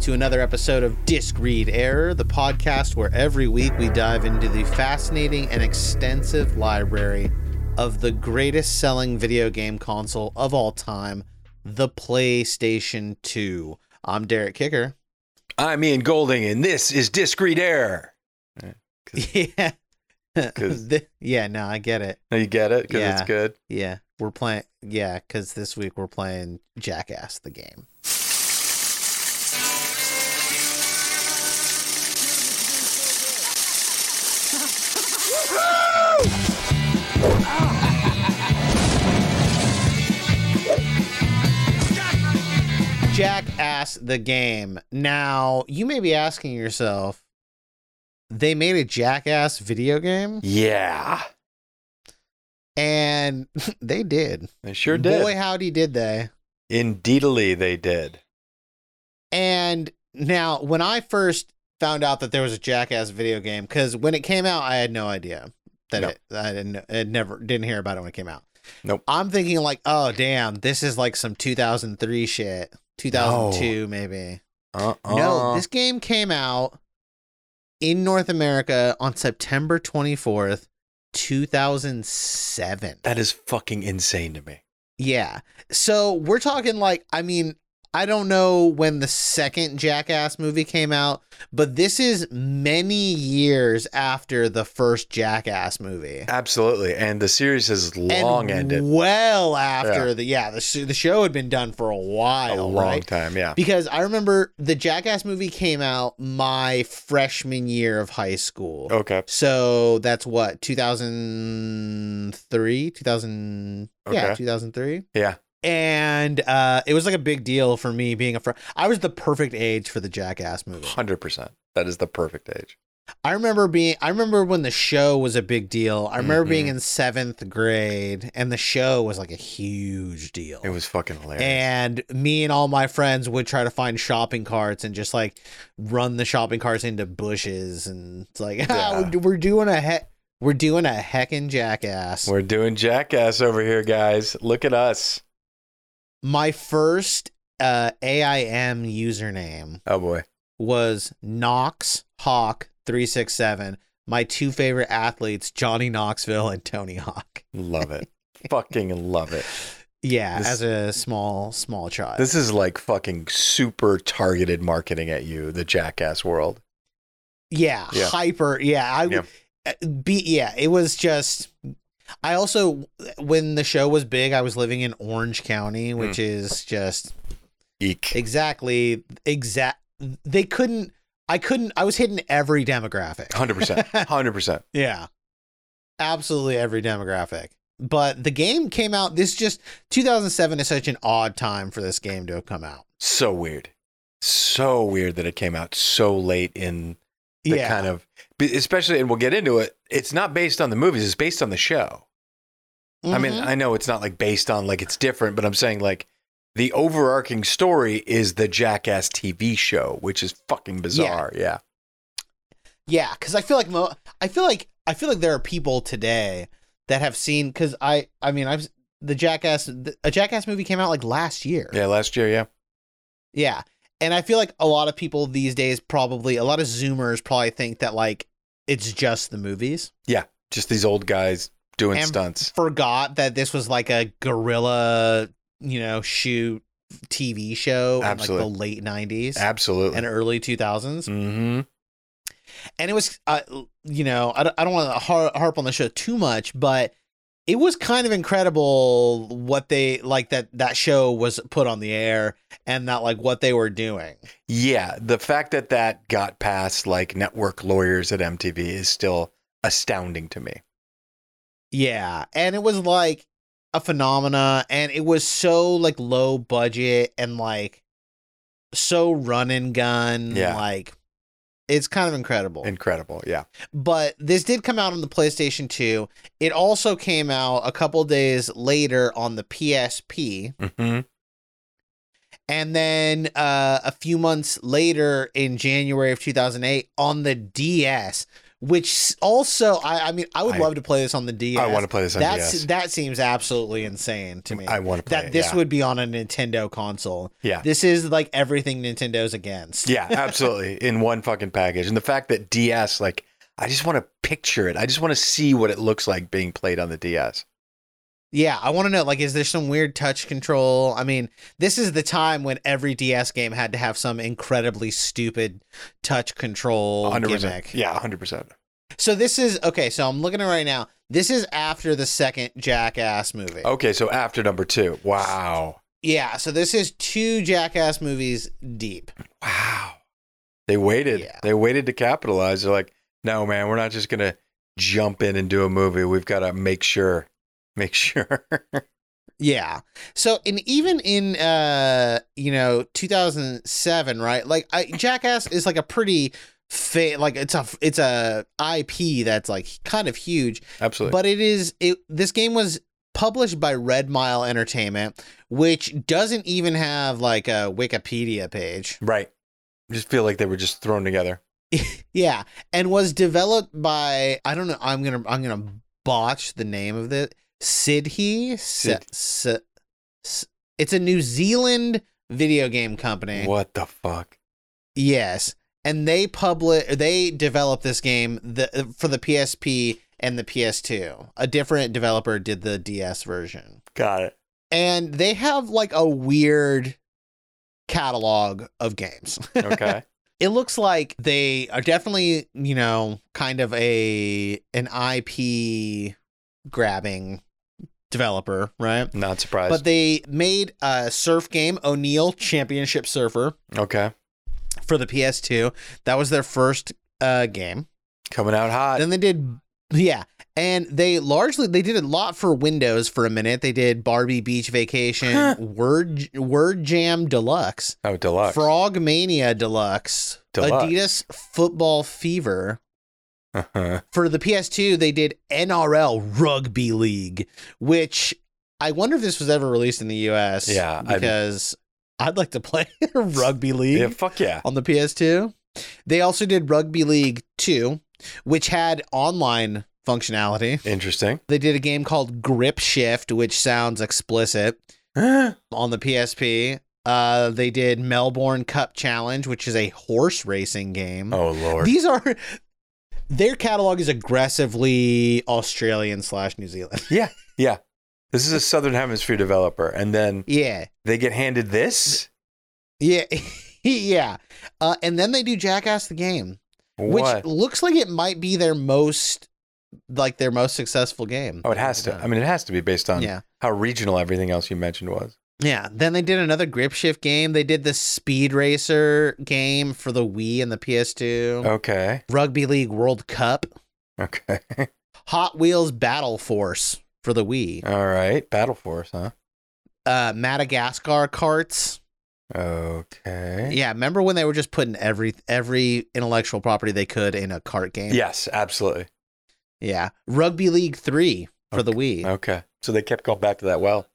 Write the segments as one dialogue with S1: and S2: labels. S1: to another episode of Disc Read Error, the podcast where every week we dive into the fascinating and extensive library of the greatest selling video game console of all time, the PlayStation 2. I'm Derek Kicker.
S2: I'm Ian Golding, and this is Discreet Air.
S1: Yeah.
S2: 'Cause-
S1: Th- yeah, no, I get it.
S2: Now you get it because
S1: Yeah.
S2: it's good.
S1: Yeah. We're playing, yeah, because this week we're playing Jackass the game. Jackass the game. Now, you may be asking yourself, they made a Jackass video game?
S2: Yeah,
S1: And they did.
S2: they sure did.
S1: Boy, howdy, did they.
S2: Indeedly, they did.
S1: And now, when I first found out that there was a Jackass video game, because when it came out, I had no idea that
S2: No.
S1: it, I didn't, it never didn't hear about it when it came out.
S2: Nope.
S1: I'm thinking like, oh damn, this is like some 2003 shit, 2002 maybe.
S2: Uh-uh.
S1: No, this game came out in North America on September 24th, 2007.
S2: that is fucking insane to me.
S1: Yeah. So we're talking like, I mean, I don't know when the second Jackass movie came out, but this is many years after the first Jackass movie.
S2: Absolutely, and the series has long
S1: and
S2: ended
S1: Well after the yeah, the sh- the show had been done for a
S2: a
S1: while,
S2: long
S1: right?
S2: time. Yeah,
S1: Because I remember the Jackass movie came out my freshman year of high school.
S2: okay,
S1: So that's what 2003, 2000 yeah,
S2: Okay.
S1: 2003.
S2: yeah,
S1: And uh it was like a big deal for me being a friend. I was the perfect age for the Jackass movie.
S2: hundred percent. That is the perfect age.
S1: I remember being I remember when the show was a big deal. I remember being
S2: Mhm.
S1: in 7th grade and the show was like a huge deal.
S2: It was fucking hilarious.
S1: and me and all my friends would try to find shopping carts and just like run the shopping carts into bushes and it's like
S2: Yeah.
S1: we're- we're doing a heck we're doing a heckin' jackass.
S2: We're doing jackass over here, guys. Look at us.
S1: My first uh AIM username
S2: Oh boy.
S1: was Knox Hawk 367. My two favorite athletes, Johnny Knoxville and Tony Hawk.
S2: Love it. fucking love it.
S1: Yeah,
S2: This-
S1: as a small small child.
S2: This is like fucking super targeted marketing at you, the jackass world.
S1: yeah,
S2: Yeah.
S1: hyper. Yeah, I would be yeah, it was just I also when the show was big, I was living in Orange County,
S2: Hmm.
S1: which is just
S2: Eek.
S1: exactly exact they couldn't I couldn't I was hitting every demographic.
S2: 100%. 100%.
S1: Yeah. Absolutely every demographic. But the game came out this just 2007 is such an odd time for this game to have come out.
S2: So weird. So weird that it came out so late in the
S1: yeah.
S2: kind of, be- especially, and we'll get into it. It's not based on the movies, it's based on the show. I mean,
S1: Mhm.
S2: I know it's not like based on, like, it's different, but I'm saying, like, the overarching story is the Jackass TV show, which is fucking bizarre. Yeah.
S1: yeah, cuz I feel like mo- I feel like I feel like there are people today that have seen cuz I I mean, I've the Jackass the, a Jackass movie came out like last year.
S2: Yeah. last year. Yeah.
S1: Yeah. And I feel like a lot of people these days probably a lot of zoomers probably think that like it's just the movies.
S2: Just these old guys doing
S1: And-
S2: stunts.
S1: forgot that this was like a guerrilla, you know, shoot TV show in
S2: Absolutely.
S1: like the late 90s
S2: Absolutely.
S1: and early 2000s.
S2: mm-hmm.
S1: And it was, uh, you know, I don't, I don't want to har- harp on the show too much, but it was kind of incredible what they like that that show was put on the air and that like what they were doing.
S2: Yeah, the fact that that got past like network lawyers at MTV is still astounding to me.
S1: Yeah, and it was like a phenomena, and it was so like low budget and like so run and gun.
S2: Yeah.
S1: like it's kind of incredible.
S2: Incredible. Yeah.
S1: but this did come out on the PlayStation 2. It also came out a couple days later on the PSP,
S2: Mm-hmm.
S1: and then uh, a few months later in January of 2008 on the DS, Which also, I, I mean, I would
S2: I-
S1: love to play this on the DS.
S2: I want to play this on
S1: That's
S2: DS.
S1: that seems absolutely insane to me.
S2: I want to play
S1: that
S2: it,
S1: this
S2: yeah.
S1: would be on a Nintendo console.
S2: Yeah.
S1: This is like everything Nintendo's against.
S2: Yeah, absolutely. In one fucking package. And the fact that DS, like, I just want to picture it. I just want to see what it looks like being played on the DS.
S1: Yeah, I want to know like is there some weird touch control? I mean, this is the time when every DS game had to have some incredibly stupid touch control
S2: 100%.
S1: gimmick.
S2: Yeah, 100%.
S1: So this is okay, so I'm looking at it right now. This is after the second Jackass movie.
S2: Okay, so after number two. Wow.
S1: Yeah, so this is two Jackass movies deep.
S2: Wow. They waited.
S1: Yeah.
S2: They waited to capitalize. They're like, no, man, we're not just going to jump in and do a movie. We've got to make sure. Make sure.
S1: Yeah. So and even in uh you know 2007, right? Like I, Jackass is like a pretty fa- like it's a it's a IP that's like kind of huge,
S2: Absolutely.
S1: but it is it this game was published by Red Mile Entertainment, which doesn't even have like a Wikipedia page.
S2: right. Just feel like they were just thrown together.
S1: Yeah, and was developed by I don't know, I'm going to I'm going to botch the name of the Sidhe
S2: Sid.
S1: S- S- S- It's a New Zealand video game company.
S2: What the fuck?
S1: Yes, and they public they developed this game the for the PSP and the PS2. A different developer did the DS version,
S2: Got it.
S1: and they have like a weird catalog of games.
S2: Okay.
S1: it looks like they are definitely you know kind of a an IP grabbing developer, right?
S2: not surprised.
S1: But they made a surf game, O'Neill Championship Surfer
S2: okay.
S1: for the PS2. That was their first uh, game.
S2: Coming out hot.
S1: then they did, yeah, and they largely they did a lot for Windows for a minute. They did Barbie Beach
S2: Huh.
S1: Vacation, Word Word Jam Deluxe,
S2: Oh, deluxe.
S1: Frog Mania Deluxe,
S2: Deluxe.
S1: Adidas Football Fever.
S2: Uh-huh.
S1: For the PS2, they did NRL Rugby League, which I wonder if this was ever released in the US.
S2: Yeah, I'd-
S1: because I'd, like to play rugby league
S2: Yeah, fuck yeah.
S1: on the PS2. They also did Rugby League 2, which had online functionality.
S2: Interesting.
S1: They did a game called Grip Shift, which sounds explicit
S2: okay.
S1: on the PSP. Uh, they did Melbourne Cup Challenge, which is a horse racing game.
S2: Oh lord.
S1: These are their catalog is aggressively Australian slash New Zealand.
S2: This is a Southern Hemisphere developer, and then
S1: yeah,
S2: they get handed this.
S1: yeah, yeah. Uh, and then they do Jackass the game. which
S2: What?
S1: looks like it might be their most like their most successful game.
S2: oh, it has to. I mean, it has to be based on
S1: yeah,
S2: how regional everything else you mentioned was.
S1: yeah. Then they did another grip shift game. They did the Speed Racer game for the Wii and the PS2.
S2: Oh. Okay.
S1: Rugby League World Cup,
S2: Okay.
S1: Hot Wheels Battle Force for the Wii,
S2: All right. Battle Force, huh? Oh.
S1: uh, Madagascar carts.
S2: Okay.
S1: Yeah, remember when they were just putting every every intellectual property they could in a cart game?
S2: Yes, absolutely.
S1: yeah. Rugby League Three for the Wii.
S2: Okay. So they kept going back to that well.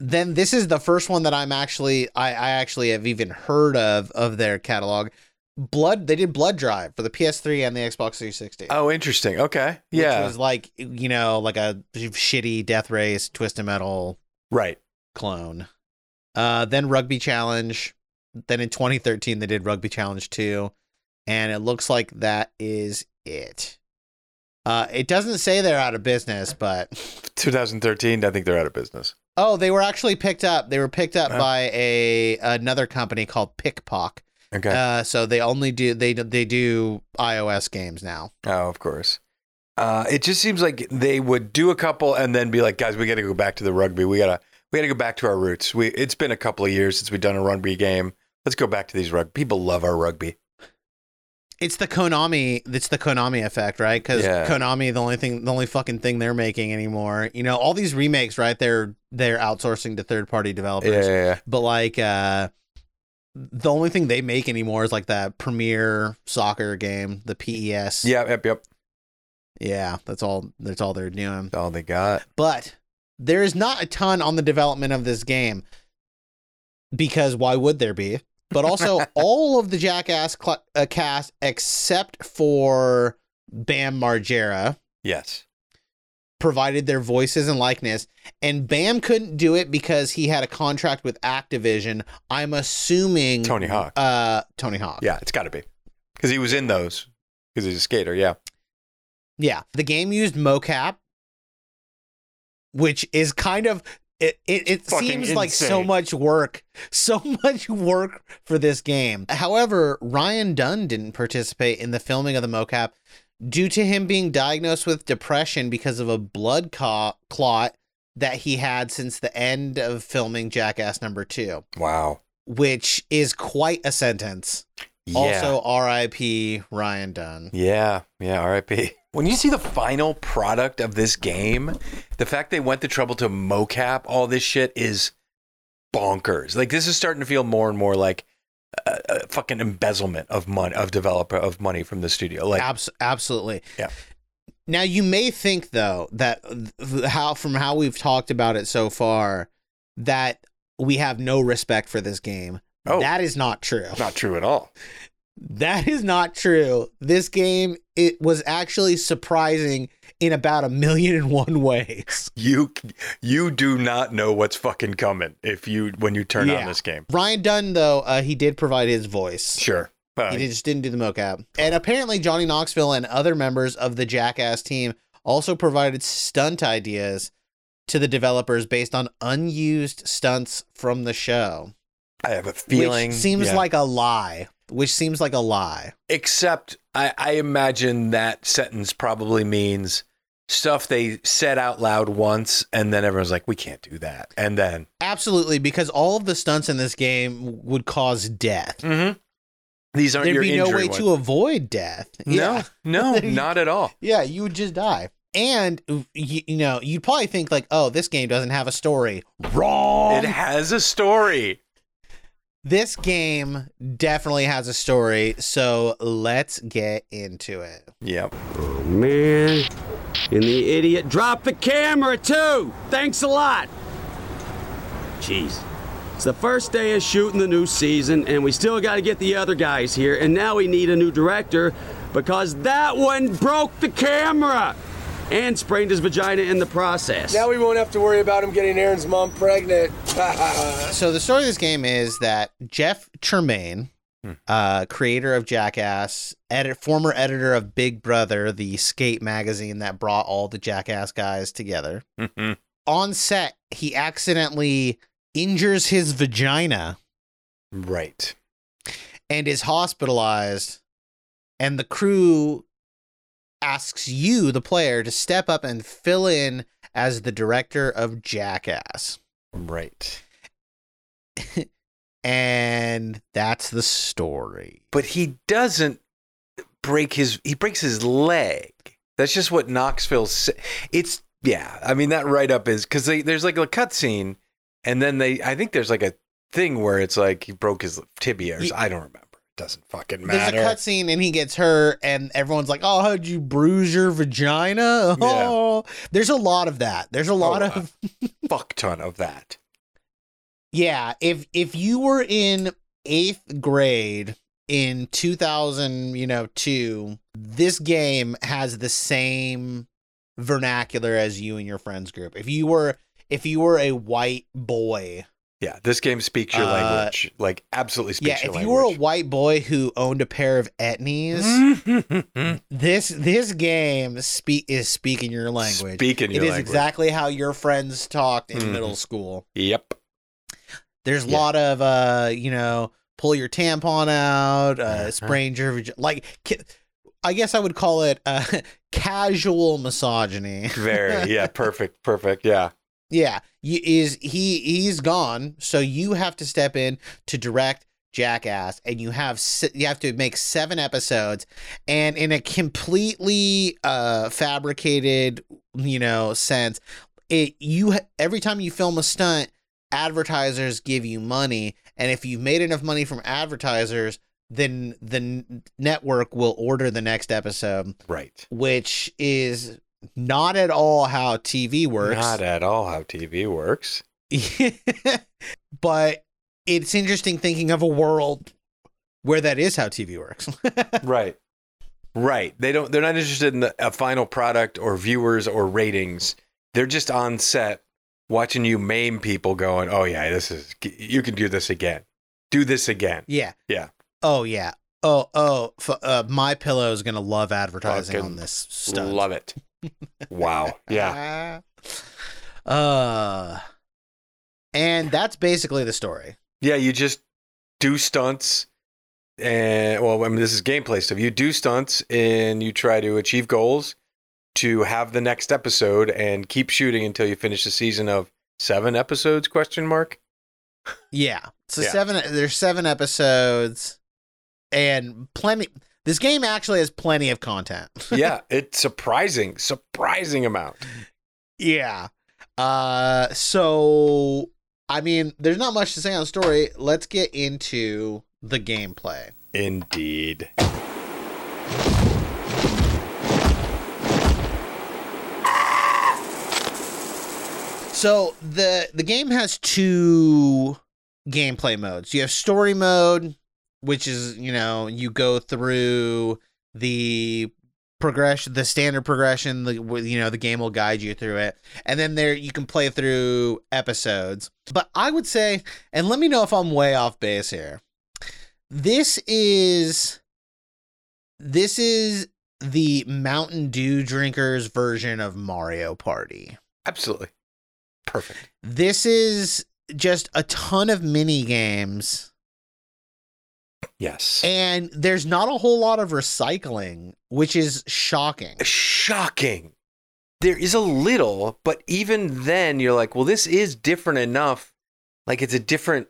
S1: then this is the first one that I'm actually I, I actually have even heard of of their catalog. Blood they did Blood Drive for the PS3 and the Xbox 360.
S2: Oh, interesting. Okay.
S1: which
S2: Yeah.
S1: was like you know like a shitty Death Race Twisted Metal
S2: right.
S1: clone. Uh, then Rugby Challenge. Then in 2013 they did Rugby Challenge 2, and it looks like that is it. Uh, it doesn't say they're out of business, but
S2: 2013. I think they're out of business.
S1: Oh, they were actually picked up. They were picked up
S2: Oh.
S1: by a another company called Pickpock.
S2: Okay.
S1: Uh, so they only do they do- they do iOS games now.
S2: Oh, of course. Uh, it just seems like they would do a couple and then be like, guys, we got to go back to the rugby. We gotta we gotta go back to our roots. We it's been a couple of years since we've done a rugby game. Let's go back to these rugby. People love our rugby.
S1: It's the Konami. It's the Konami effect, right? Because
S2: Yeah.
S1: Konami, the only thing, the only fucking thing they're making anymore. You know, all these remakes, right? They're they're outsourcing to third party developers.
S2: yeah.
S1: But like, uh, the only thing they make anymore is like that Premier soccer game, the PES.
S2: Yep, yep, yep.
S1: yeah. That's all. That's all they're doing.
S2: That's all they got.
S1: but there is not a ton on the development of this game because why would there be? But also, all of the Jackass cl- uh, cast except for Bam Margera
S2: Yes.
S1: provided their voices and likeness, and Bam couldn't do it because he had a contract with Activision. I'm assuming
S2: Tony Hawk.
S1: uh Tony Hawk.
S2: Mm-hmm. Yeah, it's got to be. Because he was in those. Because he's a skater. Yeah.
S1: Yeah. The game used mocap, which is kind of it it, it
S2: Fucking
S1: seems like so
S2: insane.
S1: much work. So much work for this game. However, Ryan Dunn didn't participate in the filming of the mocap due to him being diagnosed with depression because of a blood co- clot that he had since the end of filming Jackass number 2,
S2: Wow.
S1: which is quite a sentence.
S2: Yeah.
S1: Also RIP Ryan Dunn.
S2: Yeah, yeah, RIP. When you see the final product of this game, the fact they went the trouble to mocap all this shit is bonkers. Like this is starting to feel more and more like a, a fucking embezzlement of money of developer of money from the studio. Like
S1: Abs- absolutely.
S2: Yeah.
S1: Now you may think though that th- how from how we've talked about it so far that we have no respect for this game.
S2: Oh.
S1: That is not true.
S2: not true at all.
S1: That is not true. This game it was actually surprising in about a million and one ways.
S2: You you do not know what's fucking coming if you when you turn
S1: Yeah.
S2: on this game.
S1: Ryan Dunn though, uh, he did provide his voice.
S2: Sure. Uh,
S1: He did- just didn't do the mocap. And apparently, Johnny Knoxville and other members of the Jackass team also provided stunt ideas to the developers based on unused stunts from the show.
S2: I have a feeling
S1: which seems
S2: yeah.
S1: like a lie. Which seems like a lie.
S2: except I, I imagine that sentence probably means stuff they said out loud once and then everyone's like we can't do that and then
S1: Absolutely, because all of the stunts in this game would cause
S2: Mm,
S1: death.
S2: Mm-hmm. these aren't
S1: There'd
S2: your
S1: be no
S2: injury
S1: way to
S2: ones.
S1: avoid death. Yeah.
S2: no no not at all
S1: Yeah, you would just die. And you, you know, you'd probably think like, "Oh, this game doesn't have a story." Wrong.
S3: Um,
S2: it has a story
S1: This game definitely has a story, so let's get into it.
S2: yep
S4: Man, and the idiot dropped the camera too. Thanks a lot. Jeez. It's the first day of shooting the new season, and we still got to get the other guys here, and now we need a new director because that one broke the camera and sprained his vagina in the process.
S3: Now we won't have to worry about him getting Aaron's mom pregnant.
S1: So the story of this game is that Jeff Tremaine, uh, creator of Jackass, edit former editor of Big Brother, the skate magazine that brought all the Jackass guys together,
S2: Mhm.
S1: on set he accidentally injures his vagina
S2: right
S1: and is hospitalized, and the crew asks you, the player, to step up and fill in as the director of Jackass.
S2: right
S1: And that's the story.
S2: but he doesn't break his he breaks his leg that's just what knoxville sa- it's yeah i mean that write up is because there's like a cut scene and then they i think there's like a thing where it's like he broke his tibia or
S1: Ye-
S2: s- i don't remember it doesn't fucking
S1: There's
S2: matter
S1: a cutscene and he gets hurt, and everyone's like, "Oh, how'd you bruise your vagina?"
S2: Yeah.
S1: Oh, there's a lot of that. There's a lot
S2: Oh,
S1: of
S2: fuck ton of that
S1: Yeah, if if you were in eighth grade in two thousand, you know, two, this game has the same vernacular as you and your friends group. If you were if you were a white boy,
S2: yeah this game speaks your
S1: Uh,
S2: language like absolutely speaks
S1: yeah,
S2: your
S1: if you were a
S2: language Mm-hmm.
S1: white boy who owned a pair of etnies, this this game speak is speaking your language.
S2: speaking
S1: It is
S2: your language
S1: exactly how your friends talked in
S2: Mhm.
S1: middle school.
S2: yep
S1: There's a
S2: Yeah.
S1: lot of uh, you know, pull your tampon out, uh, sprain your vagi- like. Ki- I guess I would call it uh, casual misogyny.
S2: very yeah perfect perfect yeah
S1: Yeah, you, is he he's gone, so you have to step in to direct Jackass, and you have se- you have to make seven episodes, and in a completely uh fabricated you know sense, it you ha- every time you film a stunt, advertisers give you money, and if you've made enough money from advertisers, then the n- network will order the next episode,
S2: right
S1: which is not at all how TV works.
S2: not at all how tv works
S1: but it's interesting thinking of a world where that is how TV works.
S2: Right. Right. They don't. They're not interested in the, a final product or viewers or ratings. They're just on set watching you maim people, going, "Oh yeah, this is. You can do this again. Do this again."
S1: Yeah.
S2: Yeah.
S1: Oh yeah. Oh oh. F- uh, My Pillow is gonna love advertising
S2: Fucking
S1: on this stuff.
S2: Love it. wow. Yeah.
S1: uh. And that's basically the story.
S2: Yeah. You just do stunts, and well, I mean, this is gameplay stuff. You do stunts and you try to achieve goals to have the next episode and keep shooting until you finish the season of seven episodes? Question mark.
S1: Yeah. So
S2: Yeah.
S1: seven. There's seven episodes, and plenty. This game actually has plenty of content.
S2: yeah, it's surprising, surprising amount.
S1: Yeah. Uh so I mean, there's not much to say on the story. Let's get into the gameplay.
S2: Indeed.
S1: So the the game has two gameplay modes. You have story mode, which is, you know, you go through the progression the standard progression the wh- you know the game will guide you through it and then there you can play through episodes but i would say and let me know if i'm way off base here this is this is the mountain dew drinkers version of mario party
S2: Absolutely. Perfect.
S1: this is just a ton of mini games
S2: Yes.
S1: and there's not a whole lot of recycling which is shocking
S2: Shocking. There is a little, but even then, you're like, well, this is different enough. Like it's a different.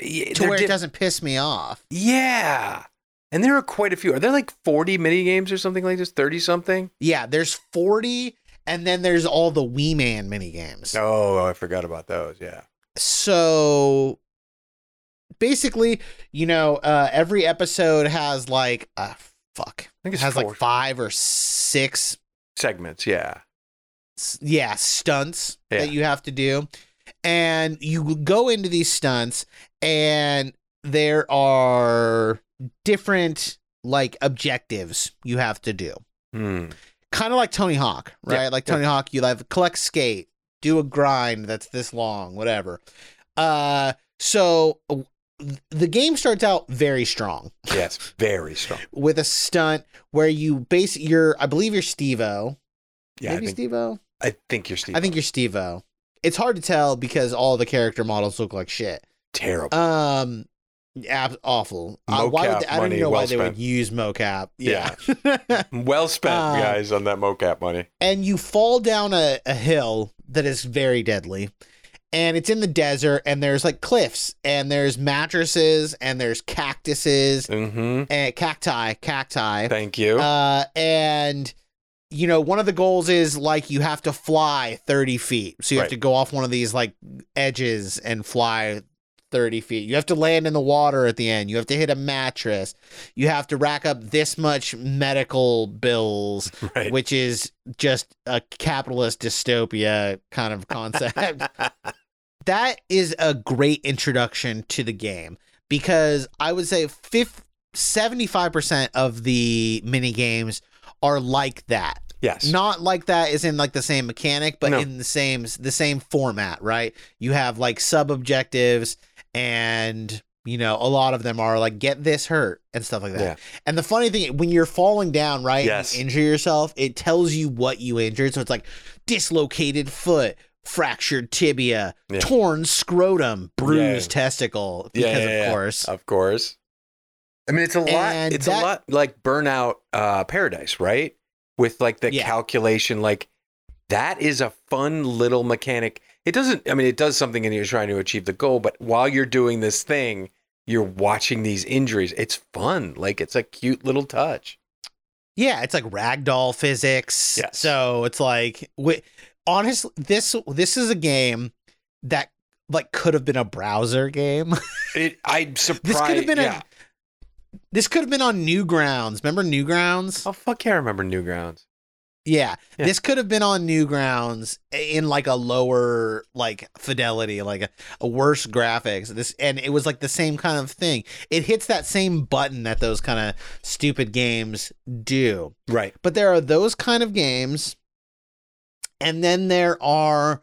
S2: y-
S1: to
S2: they're
S1: where it
S2: di-
S1: doesn't piss me off
S2: Yeah. And there are quite a few. Are there like 40 mini games or something like this? 30 something?
S1: Yeah, there's 40, and then there's all the Wee Man minigames.
S2: Oh, I forgot about those. Yeah.
S1: So basically, you know, uh, every episode has like, uh, fuck,
S2: I
S1: it
S2: think it's
S1: has
S2: four.
S1: like five or six,
S2: Segments. Yeah.
S1: s- yeah, stunts
S2: Yeah.
S1: that you have to do. And you go into these stunts, and there are different like objectives you have to do.
S2: Hmm.
S1: kind of like Tony Hawk,
S2: Yeah,
S1: right? like Tony Hawk, you have collect skate, do a grind that's this long, whatever. Uh, so uh, th- the game starts out very strong
S2: Yes. Very strong.
S1: with a stunt where you base your, I believe you're Stevo,
S2: Yeah. I
S1: maybe
S2: think,
S1: Stevo.
S2: I think you're Steve.
S1: I think you're Stevo. It's hard to tell because all the character models look like shit.
S2: terrible.
S1: Um, ab- awful. Uh, why would
S2: Mocap
S1: they, I don't
S2: money
S1: even know why
S2: well
S1: they would
S2: spent.
S1: use mocap.
S2: Yeah.
S1: yeah.
S2: Well spent,
S1: Uh,
S2: guys, on that mocap money.
S1: and you fall down a, a hill that is very deadly and it's in the desert and there's like cliffs and there's mattresses and there's cactuses
S2: Mm-hmm.
S1: and cacti cacti
S2: Thank you.
S1: uh, and you know one of the goals is like you have to fly 30 feet so you have
S2: Right.
S1: to go off one of these like edges and fly 30 feet you have to land in the water at the end you have to hit a mattress you have to rack up this much medical bills
S2: right.
S1: which is just a capitalist dystopia kind of concept. that is a great introduction to the game because I would say fif- 75% of the mini games are like that.
S2: yes.
S1: Not like that is in like the same mechanic, but
S2: No.
S1: in the same the same format, right? You have like sub objectives, and you know a lot of them are like get this hurt and stuff like that.
S2: Yeah.
S1: And the funny thing, when you're falling down, right,
S2: Yes.
S1: and you injure yourself, it tells you what you injured. So it's like dislocated foot, fractured tibia,
S2: Yeah.
S1: torn scrotum, bruised testicle,
S2: Yeah,
S1: because
S2: yeah,
S1: of
S2: yeah.
S1: course.
S2: Of course. I mean, it's a lot.
S1: And
S2: It's
S1: that-
S2: a lot like Burnout uh, Paradise, right? With like the
S1: Yeah.
S2: calculation, like that is a fun little mechanic. It doesn't. I mean, it does something, and you're trying to achieve the goal. But while you're doing this thing, you're watching these injuries. It's fun. Like it's a cute little touch.
S1: Yeah, it's like ragdoll physics.
S2: Yes.
S1: So it's like, wi- honestly, this this is a game that like could have been a browser game.
S2: It. I'm surprised.
S1: this could have been
S2: yeah.
S1: a this could have been on Newgrounds. Remember Newgrounds?
S2: Oh fuck yeah! I remember Newgrounds.
S1: Yeah.
S2: Oh, Yeah.
S1: This could have been on Newgrounds in like a lower like fidelity, like a, a worse graphics. This and it was like the same kind of thing. It hits that same button that those kind of stupid games do.
S2: Right.
S1: But there are those kind of games and then there are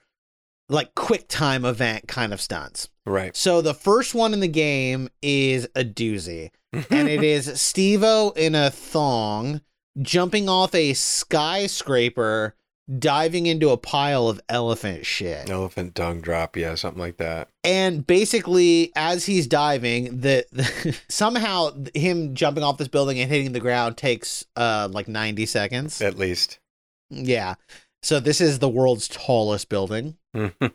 S1: like quick time event kind of stunts.
S2: Right.
S1: So the first one in the game is a doozy and it is Stevo in a thong jumping off a skyscraper, diving into a pile of elephant shit.
S2: Elephant dung drop. Yeah, something like that.
S1: And basically, as he's diving, the, the somehow him jumping off this building and hitting the ground takes uh like ninety seconds.
S2: At least.
S1: Yeah. So this is the world's tallest building.
S2: Mhm.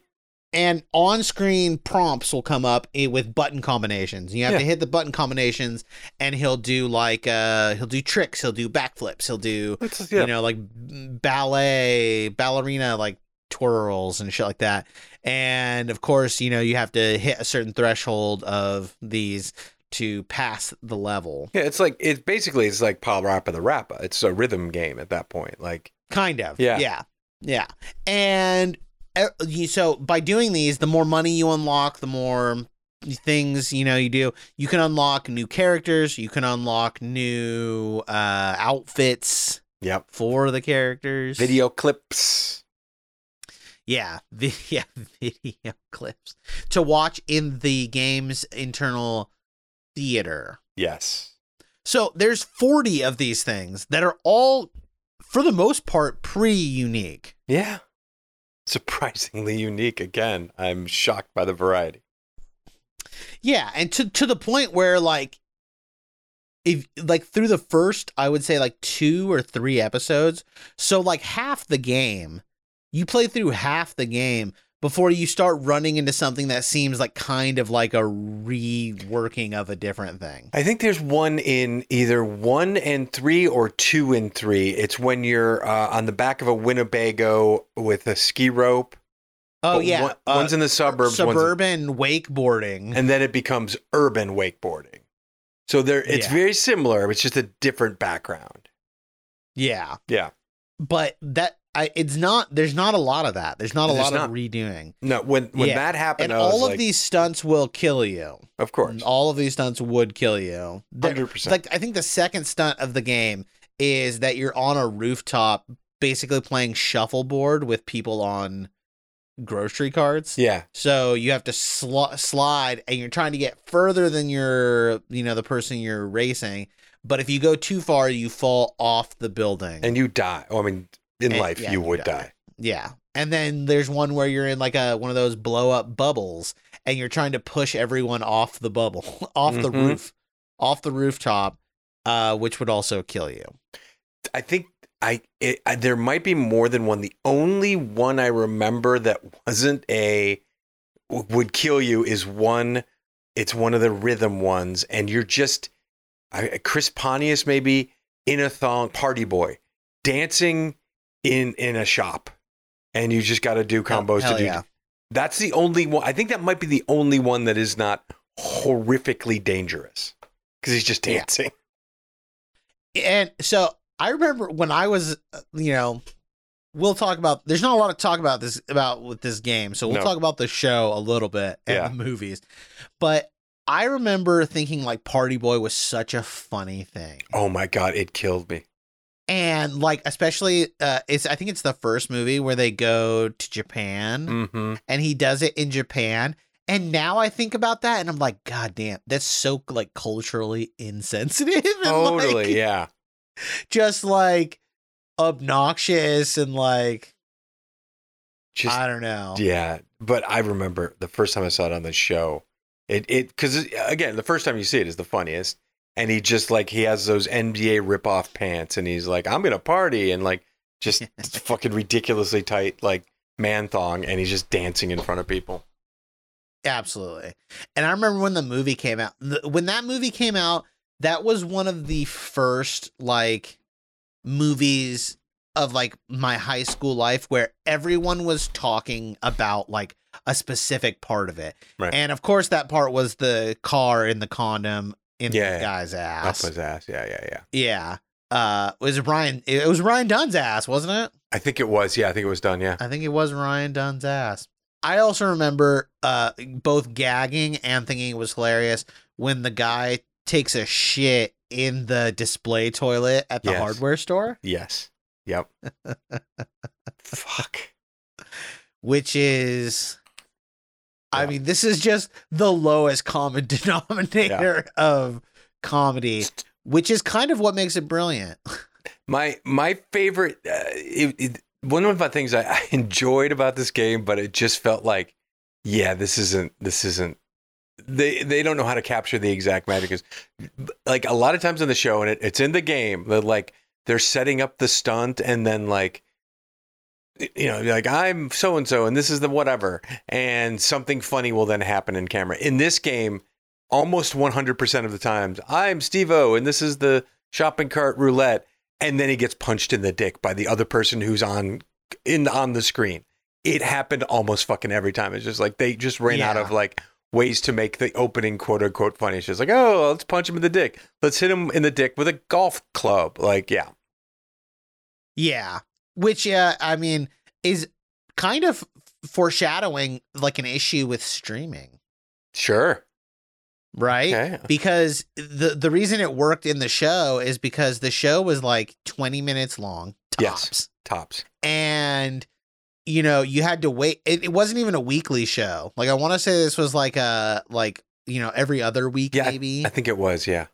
S1: and on screen prompts will come up i- with button combinations. You have
S2: Yeah.
S1: to hit the button combinations and he'll do like uh he'll do tricks, he'll do backflips, he'll do
S2: That's- yeah.
S1: you know like b- ballet, ballerina like twirls and shit like that. And of course, you know, you have to hit a certain threshold of these to pass the level.
S2: yeah, it's like it's basically it's like Pop Rappa the Rappa. It's a rhythm game at that point. Like
S1: Kind of.
S2: Yeah.
S1: Yeah. Yeah. And uh, you- so by doing these, the more money you unlock, the more things you know you do. You can unlock new characters. You can unlock new uh, outfits
S2: Yep.
S1: for the characters.
S2: Video clips.
S1: Yeah. vi- yeah. Video clips to watch in the game's internal theater.
S2: Yes.
S1: So there's 40 of these things that are all, for the most part, pretty unique.
S2: Yeah. Surprisingly unique again. I'm shocked by the variety.
S1: Yeah, and to to the point where like if like through the first, I would say like two or three episodes, so like half the game, you play through half the game before you start running into something that seems like kind of like a reworking of a different thing.
S2: I think there's one in either one and three or two and three. It's when you're uh, on the back of a Winnebago with a ski rope.
S1: Oh
S2: But
S1: yeah,
S2: one-
S1: uh,
S2: one's in the suburbs. one's-
S1: suburban wakeboarding.
S2: and then it becomes urban wakeboarding. So there, it's
S1: Yeah.
S2: very similar. It's just a different background.
S1: yeah,
S2: Yeah.
S1: but that I it's not. There's not a lot of that. There's not a
S2: There's
S1: lot
S2: not.
S1: of redoing,
S2: No, when when
S1: Yeah.
S2: that happened,
S1: and
S2: I was
S1: all of
S2: like,
S1: these stunts will kill you.
S2: of course,
S1: All of these stunts would kill you. There-
S2: hundred percent.
S1: Like I think the second stunt of the game is that you're on a rooftop basically playing shuffleboard with people on grocery carts.
S2: Yeah,
S1: So you have to sl- slide and you're trying to get further than your, you know, the person you're racing, but if you go too far, you fall off the building.
S2: and you die. Oh, I mean, in
S1: And-
S2: life,
S1: yeah,
S2: you
S1: you
S2: would
S1: die.
S2: die.
S1: Yeah. And then there's one where you're in like a one of those blow up bubbles and you're trying to push everyone off the bubble, off the
S2: Mhm.
S1: roof, off the rooftop, uh, which would also kill you.
S2: I think I, it, I there might be more than one. The only one I remember that wasn't a w- would kill you is one. It's one of the rhythm ones, and you're just I, Chris Pontius maybe in a thong party boy dancing in in a shop, and you just got to do
S1: Hell- Oh,
S2: combos
S1: hell
S2: to do.
S1: yeah.
S2: That's the only one. I think that might be the only one that is not horrifically dangerous because he's just
S1: Yeah.
S2: dancing.
S1: And so I remember when I was, uh, you know, we'll talk about. There's not a lot to talk about this about with this game, so we'll
S2: No.
S1: talk about the show a little bit and
S2: Yeah.
S1: the movies. But I remember thinking like Party Boy was such a funny thing.
S2: Oh my god, it killed me.
S1: and like especially uh it's i think it's the first movie where they go to japan
S2: Mm-hmm.
S1: and he does it in japan and now i think about that and i'm like god damn that's so like culturally insensitive and
S2: Totally,
S1: like,
S2: yeah.
S1: just like obnoxious and like
S2: Just
S1: i don't know
S2: yeah. But I remember the first time I saw it on the show. It it because again, the first time you see it is the funniest. And he just like he has those NBA ripoff pants, and he's like, "I'm gonna party," and like just fucking ridiculously tight like man thong, and he's just dancing in front of people.
S1: Absolutely. And I remember when the movie came out. th- when that movie came out, that was one of the first like movies of like my high school life where everyone was talking about like a specific part of it.
S2: Right.
S1: And of course that part was the car in the condom in
S2: Yeah.
S1: the guy's
S2: Up
S1: ass.
S2: his ass, yeah, yeah, yeah.
S1: yeah. uh was it Ryan it was Ryan Dunn's ass, wasn't it?
S2: I think it was. Yeah, I think it was done. Yeah.
S1: I think it was Ryan Dunn's ass. I also remember uh both gagging and thinking it was hilarious when the guy takes a shit in the display toilet at the
S2: Yes.
S1: hardware store,
S2: Yes. Yep. Fuck.
S1: which is I
S2: Yeah.
S1: mean, this is just the lowest common denominator of comedy, which is kind of what makes it brilliant.
S2: My my favorite. Uh, it, it, one of the things I, I enjoyed about this game, but it just felt like, yeah, this isn't this isn't. They they don't know how to capture the exact magic. Is like a lot of times in the show, and it, it's in the game. That like they're setting up the stunt, and then like. You know, like I'm so and so, and this is the whatever, and something funny will then happen in camera. In this game, almost 100% of the times, I'm Steve O, and this is the shopping cart roulette, and then he gets punched in the dick by the other person who's on in on the screen. It happened almost fucking every time. It's just like they just ran out
S1: Yeah.
S2: of like ways to make the opening quote unquote funny. It's just like, oh, let's punch him in the dick. Let's hit him in the dick with a golf club. Like, yeah,
S1: Yeah. Which uh, I mean is kind of foreshadowing like an issue with streaming,
S2: sure.
S1: right?
S2: Okay.
S1: Because the the reason it worked in the show is because the show was like 20 minutes long
S2: Yes.
S1: tops.
S2: Tops.
S1: And you know, you had to wait it, it wasn't even a weekly show. Like I want to say this was like a like you know, every other week
S2: Yeah,
S1: maybe.
S2: I think it was, yeah.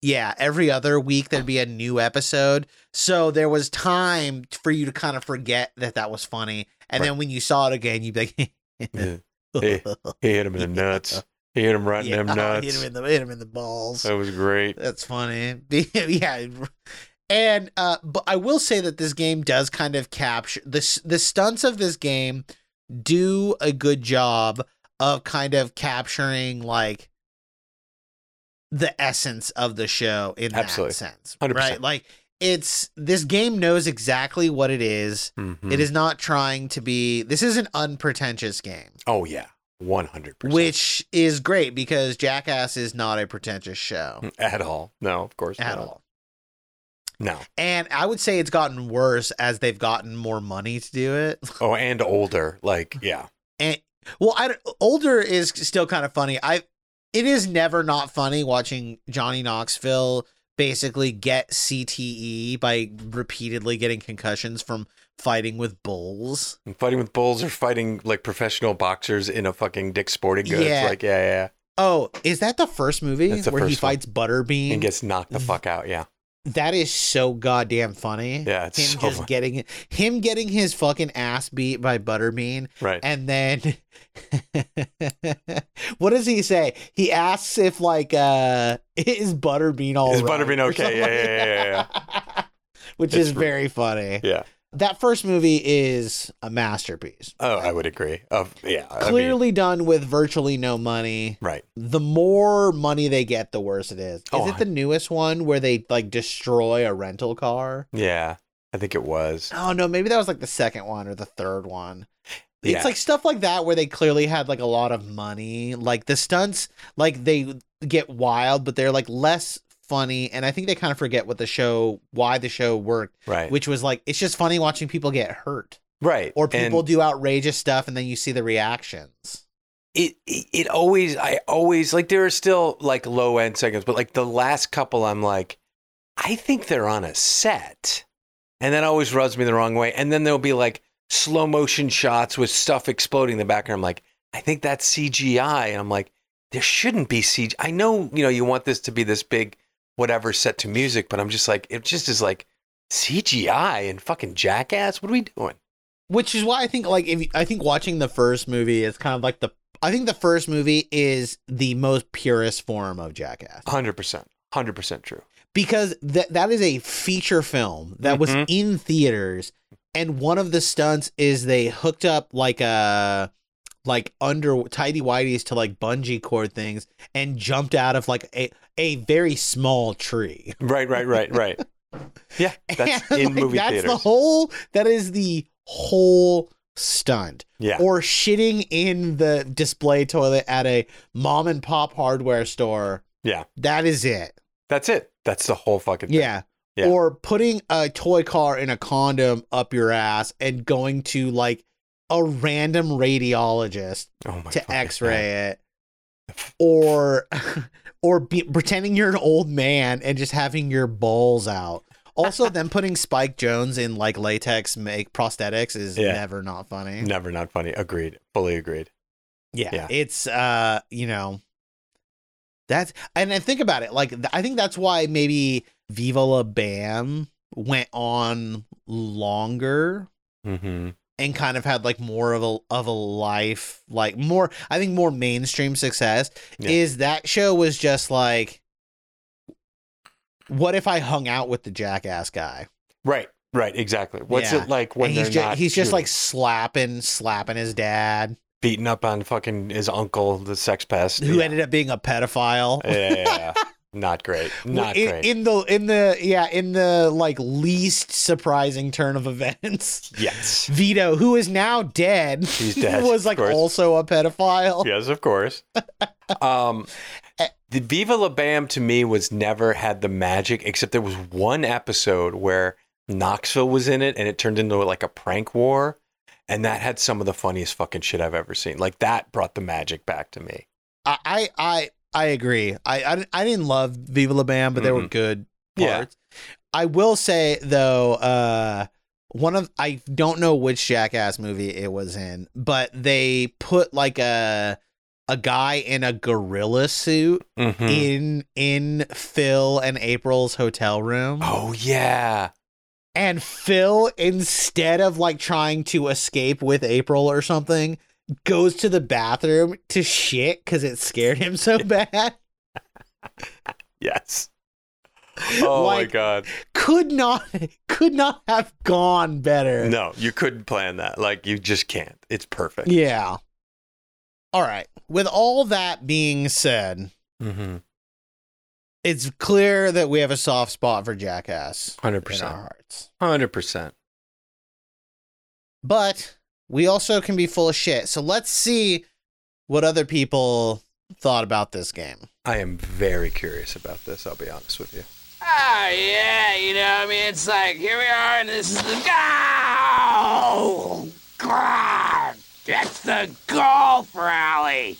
S1: yeah, every other week there'd be a new episode. So there was time for you to kind of forget that that was funny. And
S2: Right.
S1: then when you saw it again, you'd be like,
S2: Yeah. Hey, He hit him in the nuts. He hit him right
S1: Yeah,
S2: in them
S1: Hit him
S2: nuts.
S1: in the, hit him in the balls.
S2: That was great.
S1: That's funny. yeah. And uh but I will say that this game does kind of capture this the stunts of this game do a good job of kind of capturing like the essence of the show in
S2: Absolutely.
S1: that sense.
S2: 100%.
S1: Right? Like it's this game knows exactly what it is.
S2: Mhm.
S1: It is not trying to be this is an unpretentious game.
S2: Oh yeah, one hundred percent.
S1: Which is great because Jackass is not a pretentious show
S2: at all? Mm, No, of course
S1: at
S2: not.
S1: all.
S2: No.
S1: And I would say it's gotten worse as they've gotten more money to do it.
S2: Oh, and older. Like yeah,
S1: And well, I don't- older is still kind of funny. I it is never not funny watching Johnny Knoxville basically get CTE by repeatedly getting concussions from fighting with bulls.
S2: and fighting with bulls or fighting like professional boxers in a fucking Dick Sporting Goods.
S1: Yeah.
S2: Like yeah, yeah,
S1: Oh, is that the first movie
S2: That's the
S1: where he
S2: first one.
S1: fights Butterbean?
S2: yeah. and gets knocked the fuck out. Yeah,
S1: that is so goddamn funny.
S2: Yeah, it's
S1: him
S2: so
S1: just
S2: funny.
S1: getting him getting his fucking ass beat by Butterbean
S2: right.
S1: and then what does he say? He asks if like uh is Butterbean all
S2: Is
S1: right
S2: Butterbean
S1: or
S2: okay?
S1: something
S2: Yeah,
S1: like
S2: yeah, yeah,
S1: that. Which
S2: It's
S1: is
S2: re-
S1: very funny.
S2: yeah.
S1: That first movie is a masterpiece.
S2: Oh, I would agree. Of yeah. I mean,
S1: Clearly done with virtually no money.
S2: right.
S1: The more money they get, the worse it is. Is
S2: Oh,
S1: it the newest one where they like destroy a rental car?
S2: Yeah, I think it was.
S1: Oh no, maybe that was like the second one or the third one.
S2: Yeah.
S1: It's like stuff like that where they clearly had like a lot of money. Like the stunts, like they get wild, but they're like less funny. And I think they kind of forget what the show, why the show worked,
S2: Right.
S1: which was like it's just funny watching people get hurt
S2: right.
S1: or
S2: And-
S1: people do outrageous stuff, and then you see the reactions.
S2: it it it always I always like there are still like low end segments, but like the last couple, I'm like, I think they're on a set, and that always rubs me the wrong way. And then there'll be like slow motion shots with stuff exploding in the background. I'm like, I think that's CGI, and I'm like, there shouldn't be CGI. I know you know you want this to be this big whatever set to music, but I'm just like it just is like CGI and fucking jackass. What are we doing?
S1: Which is why I think like if I think watching the first movie is kind of like the I think the first movie is the most purest form of Jackass.
S2: Hundred percent, hundred percent true.
S1: because that that is a feature film that was
S2: Mhm.
S1: in theaters and one of the stunts is they hooked up like a like under tidy whities to like bungee cord things and jumped out of like a a very small tree
S2: Right, right, right, right. Yeah, that's
S1: And,
S2: in
S1: like,
S2: movie
S1: that's
S2: theaters.
S1: the whole that is the whole stunt
S2: yeah,
S1: or shitting in the display toilet at a mom and pop hardware store
S2: Yeah.
S1: that is it
S2: that's it. That's the whole fucking thing.
S1: yeah.
S2: Yeah.
S1: or putting a toy car in a condom up your ass and going to like a random radiologist
S2: Oh my
S1: to
S2: fucking God.
S1: x-ray it or or be, pretending you're an old man and just having your balls out also them putting spike jones in like latex make prosthetics is
S2: Yeah.
S1: never not funny
S2: Never not funny. Agreed. Fully agreed.
S1: yeah,
S2: Yeah.
S1: it's uh, you know, that's and I think about it. Like th- I think that's why maybe Viva La Bam went on longer
S2: Mm-hmm.
S1: and kind of had like more of a of a life, like more. I think more mainstream success
S2: Yeah.
S1: is that show was just like, what if I hung out with the jackass guy?
S2: Right. Right. Exactly. What's
S1: Yeah.
S2: it like when
S1: and
S2: they're
S1: he's just
S2: not
S1: he's just
S2: shooting?
S1: like slapping slapping his dad,
S2: beating up on fucking his uncle, the sex pest.
S1: who
S2: yeah.
S1: ended up being a pedophile.
S2: yeah, yeah, yeah, yeah. Not great.
S1: Well,
S2: Not
S1: in,
S2: great.
S1: in the in the yeah in the like least surprising turn of events
S2: yes.
S1: vito who is now dead
S2: He's dead,
S1: was
S2: of
S1: like
S2: course.
S1: also a pedophile
S2: Yes, of course. Um, the Viva La Bam to me was never had the magic, except there was one episode where Knoxville was in it and it turned into like a prank war. And that had some of the funniest fucking shit I've ever seen. Like that brought the magic back to me.
S1: I i i, I agree I, I didn't- i didn't love viva la bam but they were good
S2: Mm-hmm. Yeah.
S1: parts i will say though uh one of i don't know which jackass movie it was in but they put like a a guy in a gorilla suit
S2: Mhm.
S1: in in Phil and April's hotel room.
S2: Oh yeah.
S1: And Phil instead of like trying to escape with April or something, goes to the bathroom to shit cuz it scared him so bad.
S2: Yes. Oh
S1: Like-
S2: my god.
S1: could not could not have gone better.
S2: No, you couldn't plan that. Like you just can't. It's perfect.
S1: Yeah. All right. With all that being said,
S2: Mm-hmm.
S1: it's clear that we have a soft spot for Jackass in
S2: Hundred
S1: our
S2: percent.
S1: hearts.
S2: Hundred percent.
S1: but we also can be full of shit. So let's see what other people thought about this game.
S2: I am very curious about this. I'll be honest with you.
S3: Ah, yeah, you know, I mean, it's like, here we are, and this is the goal! God, that's the golf rally!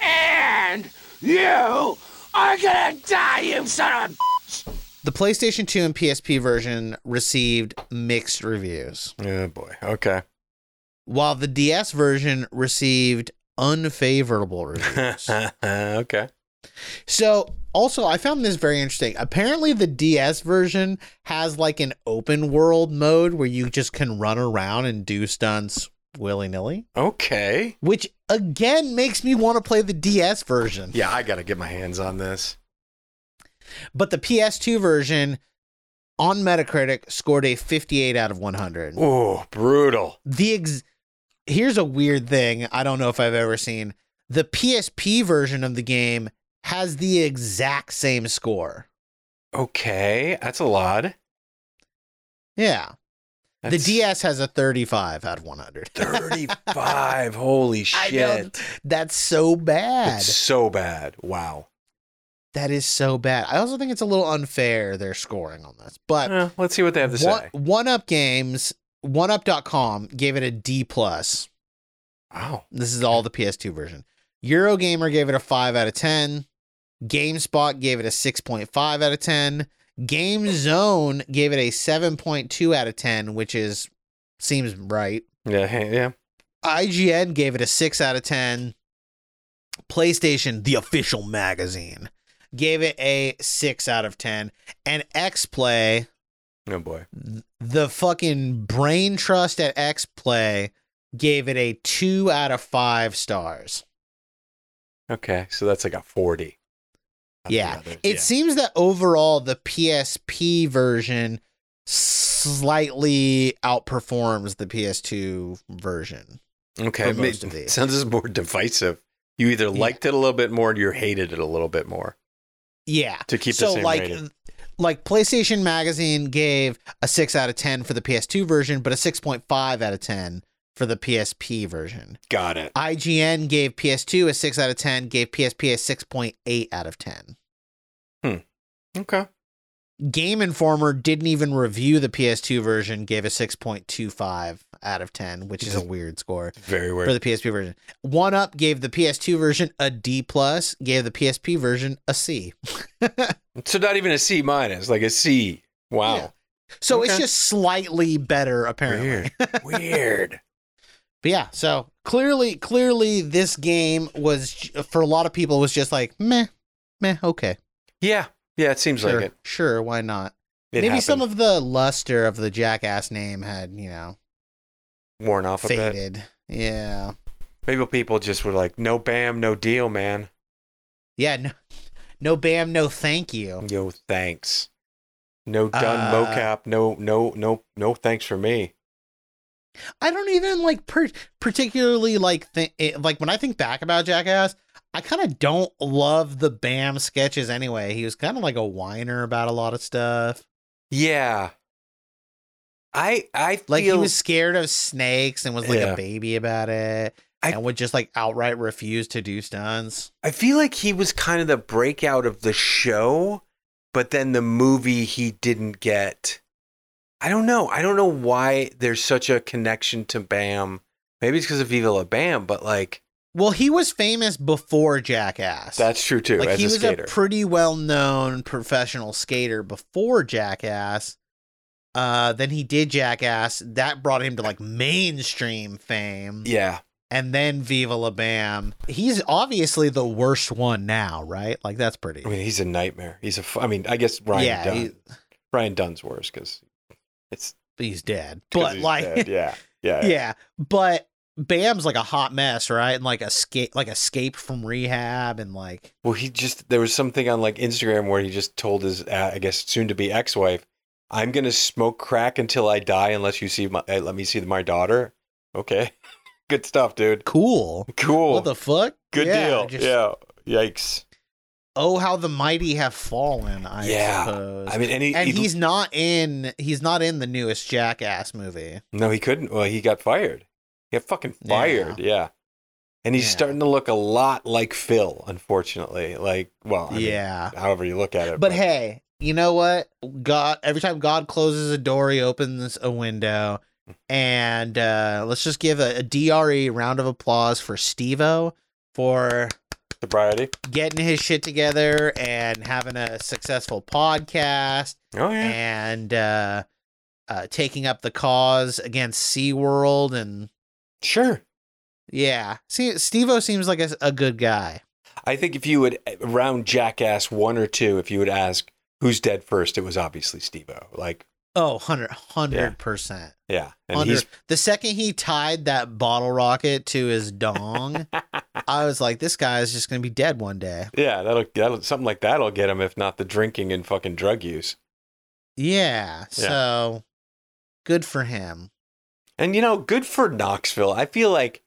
S3: And you are gonna die, you son of a...
S1: The PlayStation 2 and PSP version received mixed reviews,
S2: Oh boy. Okay.
S1: while the DS version received unfavorable reviews.
S2: okay.
S1: so, also, I found this very interesting. Apparently, the DS version has like an open world mode where you just can run around and do stunts willy nilly,
S2: Okay.
S1: which again makes me want to play the DS version.
S2: Yeah, I gotta get my hands on this.
S1: But the PS2 version on Metacritic scored a 58 out of 100.
S2: Oh, brutal.
S1: The ex- Here's a weird thing I don't know if I've ever seen. The PSP version of the game has the exact same score.
S2: Okay, that's a lot.
S1: Yeah.
S2: That's
S1: The DS has a 35 out of 100.
S2: Thirty-five. Holy
S1: I
S2: shit.
S1: know. That's so bad.
S2: It's so bad. Wow.
S1: That is so bad. I also think it's a little unfair their scoring on this. But
S2: Eh, let's see what they have to
S1: one,
S2: say.
S1: one up games, oneup.com gave it a D plus.
S2: Wow.
S1: This is all the PS2 version. Eurogamer gave it a 5 out of 10. GameSpot gave it a 6.5 out of 10. Game Zone gave it a 7.2 out of 10, which is seems right.
S2: Yeah. hey, Yeah.
S1: IGN gave it a 6 out of 10. PlayStation, the official magazine, gave it a 6 out of 10. And XPlay,
S2: Oh boy.
S1: the fucking brain trust at XPlay, gave it a 2 out of 5 stars.
S2: Okay, so that's like a forty. Not the
S1: Yeah.
S2: others.
S1: It seems that overall the PSP version slightly outperforms the PS2 version.
S2: Yeah. okay.
S1: for most of
S2: ma-
S1: these.
S2: Sounds is more divisive. You either liked it a little bit more, or you hated it a little bit more.
S1: Yeah.
S2: To keep the
S1: So
S2: same
S1: like
S2: rating.
S1: like PlayStation Magazine gave a 6 out of 10 for the PS2 version but a 6.5 out of 10 for the PSP version.
S2: Got
S1: Uh,
S2: it.
S1: IGN gave PS2 a 6 out of 10, gave PSP a 6.8 out of 10.
S2: Okay.
S1: Game Informer didn't even review the PS2 version, gave a 6.25 out of 10, which is a weird score
S2: Very
S1: for
S2: weird.
S1: the PSP version. One Up gave the PS2 version a D plus, gave the PSP version a C.
S2: So not even a C minus, like a C. Wow.
S1: Yeah. So it's
S2: Okay.
S1: just slightly better apparently.
S2: Weird. Weird.
S1: But yeah, so clearly, clearly, this game was j- for a lot of people was just like meh, meh, okay,
S2: Yeah. Yeah, it seems
S1: sure,
S2: like it.
S1: sure, why not?
S2: it
S1: Maybe some of the luster of the jackass name had you know
S2: worn off a bit.
S1: faded. Yeah,
S2: Maybe people just were like, no bam, no deal, man.
S1: yeah, no, no, bam, no, thank you.
S2: No thanks. No
S1: Uh,
S2: done mocap. No, no, no, no thanks for me.
S1: I don't even like per- particularly like th- it, like when I think back about Jackass, I kind of don't love the Bam sketches anyway. He was kind of like a whiner about a lot of stuff.
S2: Yeah. I I feel
S1: Like he was scared of snakes and was like
S2: Yeah.
S1: a baby about it,
S2: I-
S1: and would just like outright refuse to do stunts.
S2: I feel like he was kind of the breakout of the show, but then the movie he didn't get. I don't know. I don't know why there's such a connection to Bam. Maybe it's because of Viva La Bam, but like
S1: Well, he was famous before Jackass.
S2: that's true too.
S1: like
S2: as
S1: he
S2: a
S1: was
S2: skater,
S1: a pretty well known professional skater before Jackass. Uh, then he did Jackass. That brought him to like mainstream fame,
S2: yeah,
S1: and then Viva La Bam. He's obviously the worst one now, right? Like that's pretty.
S2: I mean he's a nightmare. He's a. f- I mean I guess Ryan
S1: yeah,
S2: Dunn.
S1: he-
S2: Ryan Dunn's worse because it's
S1: he's dead.
S2: 'cause
S1: But
S2: he's
S1: like,
S2: dead. yeah, yeah,
S1: yeah but bam's like a hot mess right and like escape like escape from rehab and like
S2: Well, he just there was something on like Instagram where he just told his uh, I guess soon to be ex wife, "I'm gonna smoke crack until I die unless you see my uh, let me see my daughter." Okay, good stuff, dude.
S1: cool
S2: Cool,
S1: what the fuck
S2: good
S1: Yeah,
S2: deal.
S1: just,
S2: yeah, yikes.
S1: oh how the mighty have fallen i
S2: Yeah.
S1: suppose
S2: I mean, and, he,
S1: and
S2: he-
S1: he's not in he's not in the newest jackass movie
S2: no, he couldn't. Well, he got fired. He got fucking
S1: Yeah.
S2: fired. Yeah, and he's
S1: Yeah.
S2: starting to look a lot like Phil, unfortunately. Like, well, I mean,
S1: yeah
S2: however you look at it,
S1: but hey you know what god every time god closes a door he opens a window and uh let's just give a, a dre round of applause for stevo for
S2: sobriety.
S1: getting his shit together and having a successful podcast
S2: Oh yeah.
S1: and uh, uh, taking up the cause against SeaWorld. And
S2: Sure.
S1: yeah, see, Stevo seems like a, a good guy.
S2: I think if you would round jackass one or two, if you would ask who's dead first, it was obviously Stevo. Like,
S1: Oh, 100 percent.
S2: yeah, and
S1: Under,
S2: he's
S1: the second he tied that bottle rocket to his dong, I was like, this guy is just gonna be dead one day.
S2: yeah, that'll that'll something like that'll get him if not the drinking and fucking drug use.
S1: Yeah, so good for him.
S2: And you know, good for Knoxville. I feel like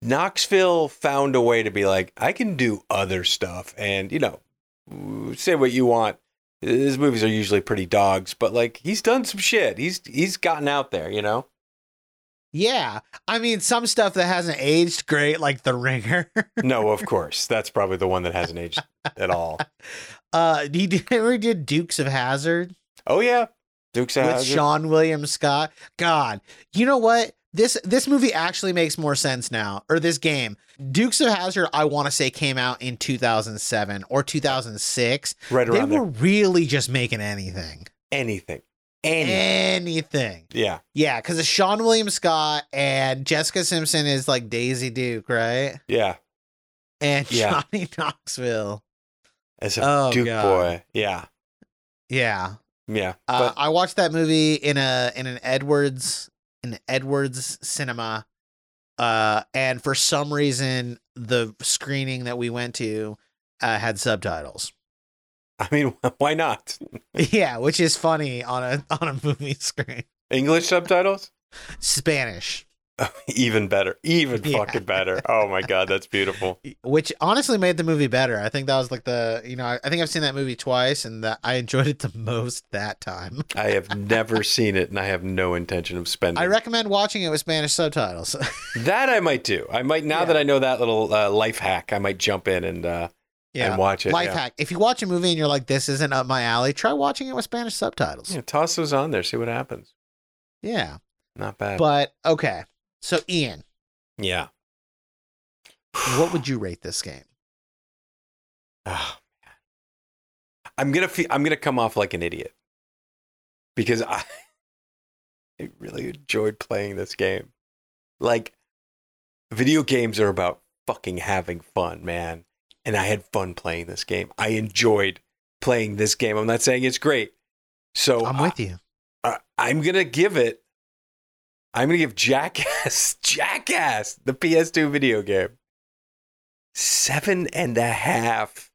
S2: Knoxville found a way to be like, I can do other stuff, and you know, say what you want. His movies are usually pretty dogs, but like he's done some shit. He's he's gotten out there, you know.
S1: Yeah, I mean, some stuff that hasn't aged great, like The Ringer.
S2: No, of course, that's probably the one that hasn't aged at all.
S1: Uh, he did, we did Dukes of Hazard
S2: Oh yeah, Duke's
S1: with
S2: Hazard.
S1: Sean William Scott. God, you know what? This this movie actually makes more sense now, or this game. Dukes of Hazard, I want to say came out in 2007 or 2006.
S2: right
S1: They
S2: around
S1: were
S2: there.
S1: really just making anything,
S2: Anything, any,
S1: anything.
S2: yeah,
S1: Yeah, because it's Sean William Scott and Jessica Simpson is like Daisy Duke, right?
S2: yeah.
S1: And
S2: Yeah.
S1: Johnny Knoxville.
S2: As a
S1: Oh,
S2: Duke
S1: God.
S2: boy, yeah,
S1: Yeah,
S2: yeah.
S1: Uh,
S2: But
S1: I watched that movie in a in an Edwards in Edwards cinema, uh, and for some reason the screening that we went to uh, had subtitles.
S2: I mean, why not
S1: yeah, which is funny on a on a movie screen.
S2: English subtitles?
S1: Spanish,
S2: Even better, even
S1: Yeah.
S2: fucking better. Oh my God, that's beautiful.
S1: which honestly made the movie better. I think that was like the you know I, I think I've seen that movie twice, and that I enjoyed it the most that time.
S2: I have never seen it, and I have no intention of spending.
S1: I recommend watching it with Spanish subtitles.
S2: that I might do. I might now
S1: Yeah.
S2: that I know that little uh, life hack. I might jump in and uh,
S1: Yeah.
S2: and watch it.
S1: Life
S2: yeah.
S1: hack. If you watch a movie and you're like, this isn't up my alley, try watching it with Spanish subtitles.
S2: Yeah, toss those on there, see what happens.
S1: yeah.
S2: Not bad.
S1: But okay. So, Ian,
S2: yeah.
S1: what would you rate this game?
S2: Ah, man. I'm gonna fe- I'm gonna come off like an idiot because I, I really enjoyed playing this game. Like, video games are about fucking having fun, man. And I had fun playing this game. I enjoyed playing this game. I'm not saying it's great. So
S1: I'm with you.
S2: Oh, I, Uh, I'm gonna give it. I'm gonna give Jackass, Jackass, the PS2 video game, seven and a half.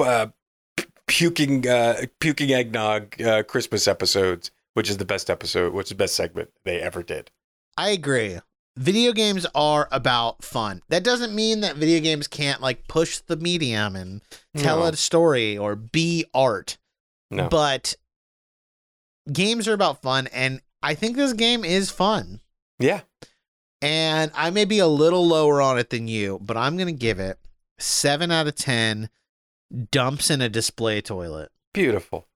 S2: Uh, p- puking, uh, puking eggnog uh, Christmas episodes, which is the best episode, which is the best segment they ever did.
S1: I agree. Video games are about fun. That doesn't mean that video games can't like push the medium and tell
S2: No.
S1: a story or be art.
S2: No,
S1: But games are about fun and I think this game is fun.
S2: yeah,
S1: And I may be a little lower on it than you, but I'm going to give it 7 out of 10 dumps in a display toilet.
S2: beautiful.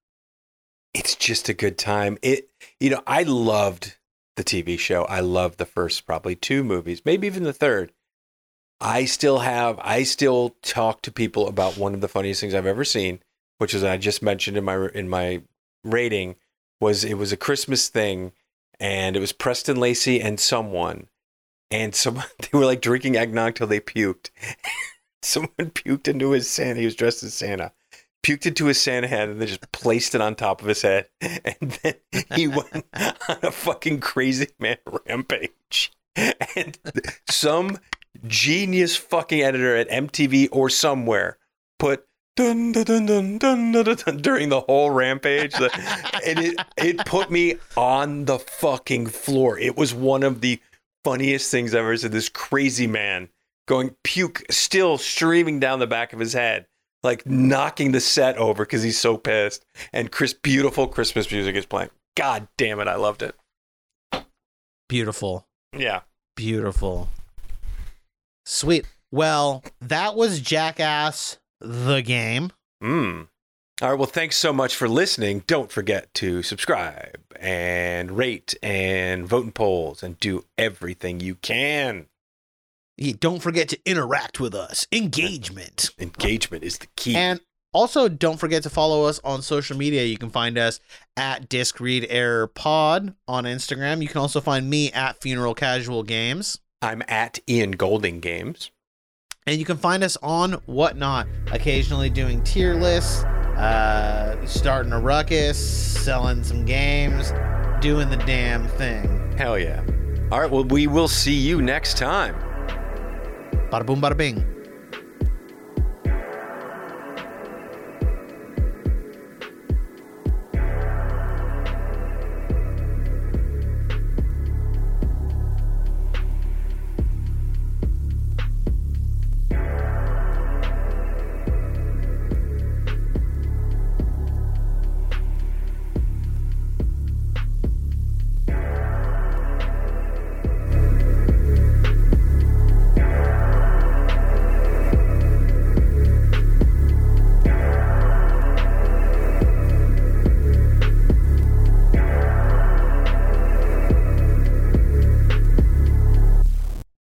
S2: It's just a good time. It, you know, I loved the TV show. I loved the first probably two movies, maybe even the third. I still have, I still talk to people about one of the funniest things I've ever seen, which is I just mentioned in my in my rating was it was a Christmas thing, and it was Preston Lacey and someone, and someone they were like drinking eggnog till they puked. someone puked into his Santa. He was dressed as Santa. Puked into his Santa hat and then just placed it on top of his head, and then he went on a fucking crazy man rampage. And some genius fucking editor at MTV or somewhere put dun dun dun dun dun dun, dun, dun during the whole rampage, The- and it it put me on the fucking floor. It was one of the funniest things I've ever seen. This crazy man going puke still streaming down the back of his head. Like knocking the set over because he's so pissed, and Chris, beautiful Christmas music is playing. God damn it, I loved it.
S1: Beautiful.
S2: Yeah,
S1: Beautiful. Sweet. Well, that was Jackass the game.
S2: Mm. All right. Well, thanks so much for listening. Don't forget to subscribe and rate and vote in polls and do everything you can.
S1: Yeah, Don't forget to interact with us. Engagement.
S2: Engagement is the key.
S1: And also, don't forget to follow us on social media. You can find us at Disc Read Error Pod on Instagram. You can also find me at Funeral Casual Games.
S2: I'm at Ian Golding Games.
S1: And you can find us on Whatnot, occasionally doing tier lists, uh, starting a ruckus, selling some games, doing the damn thing.
S2: Hell yeah. All right. Well, we will see you next time.
S1: Bada boom, bada bing.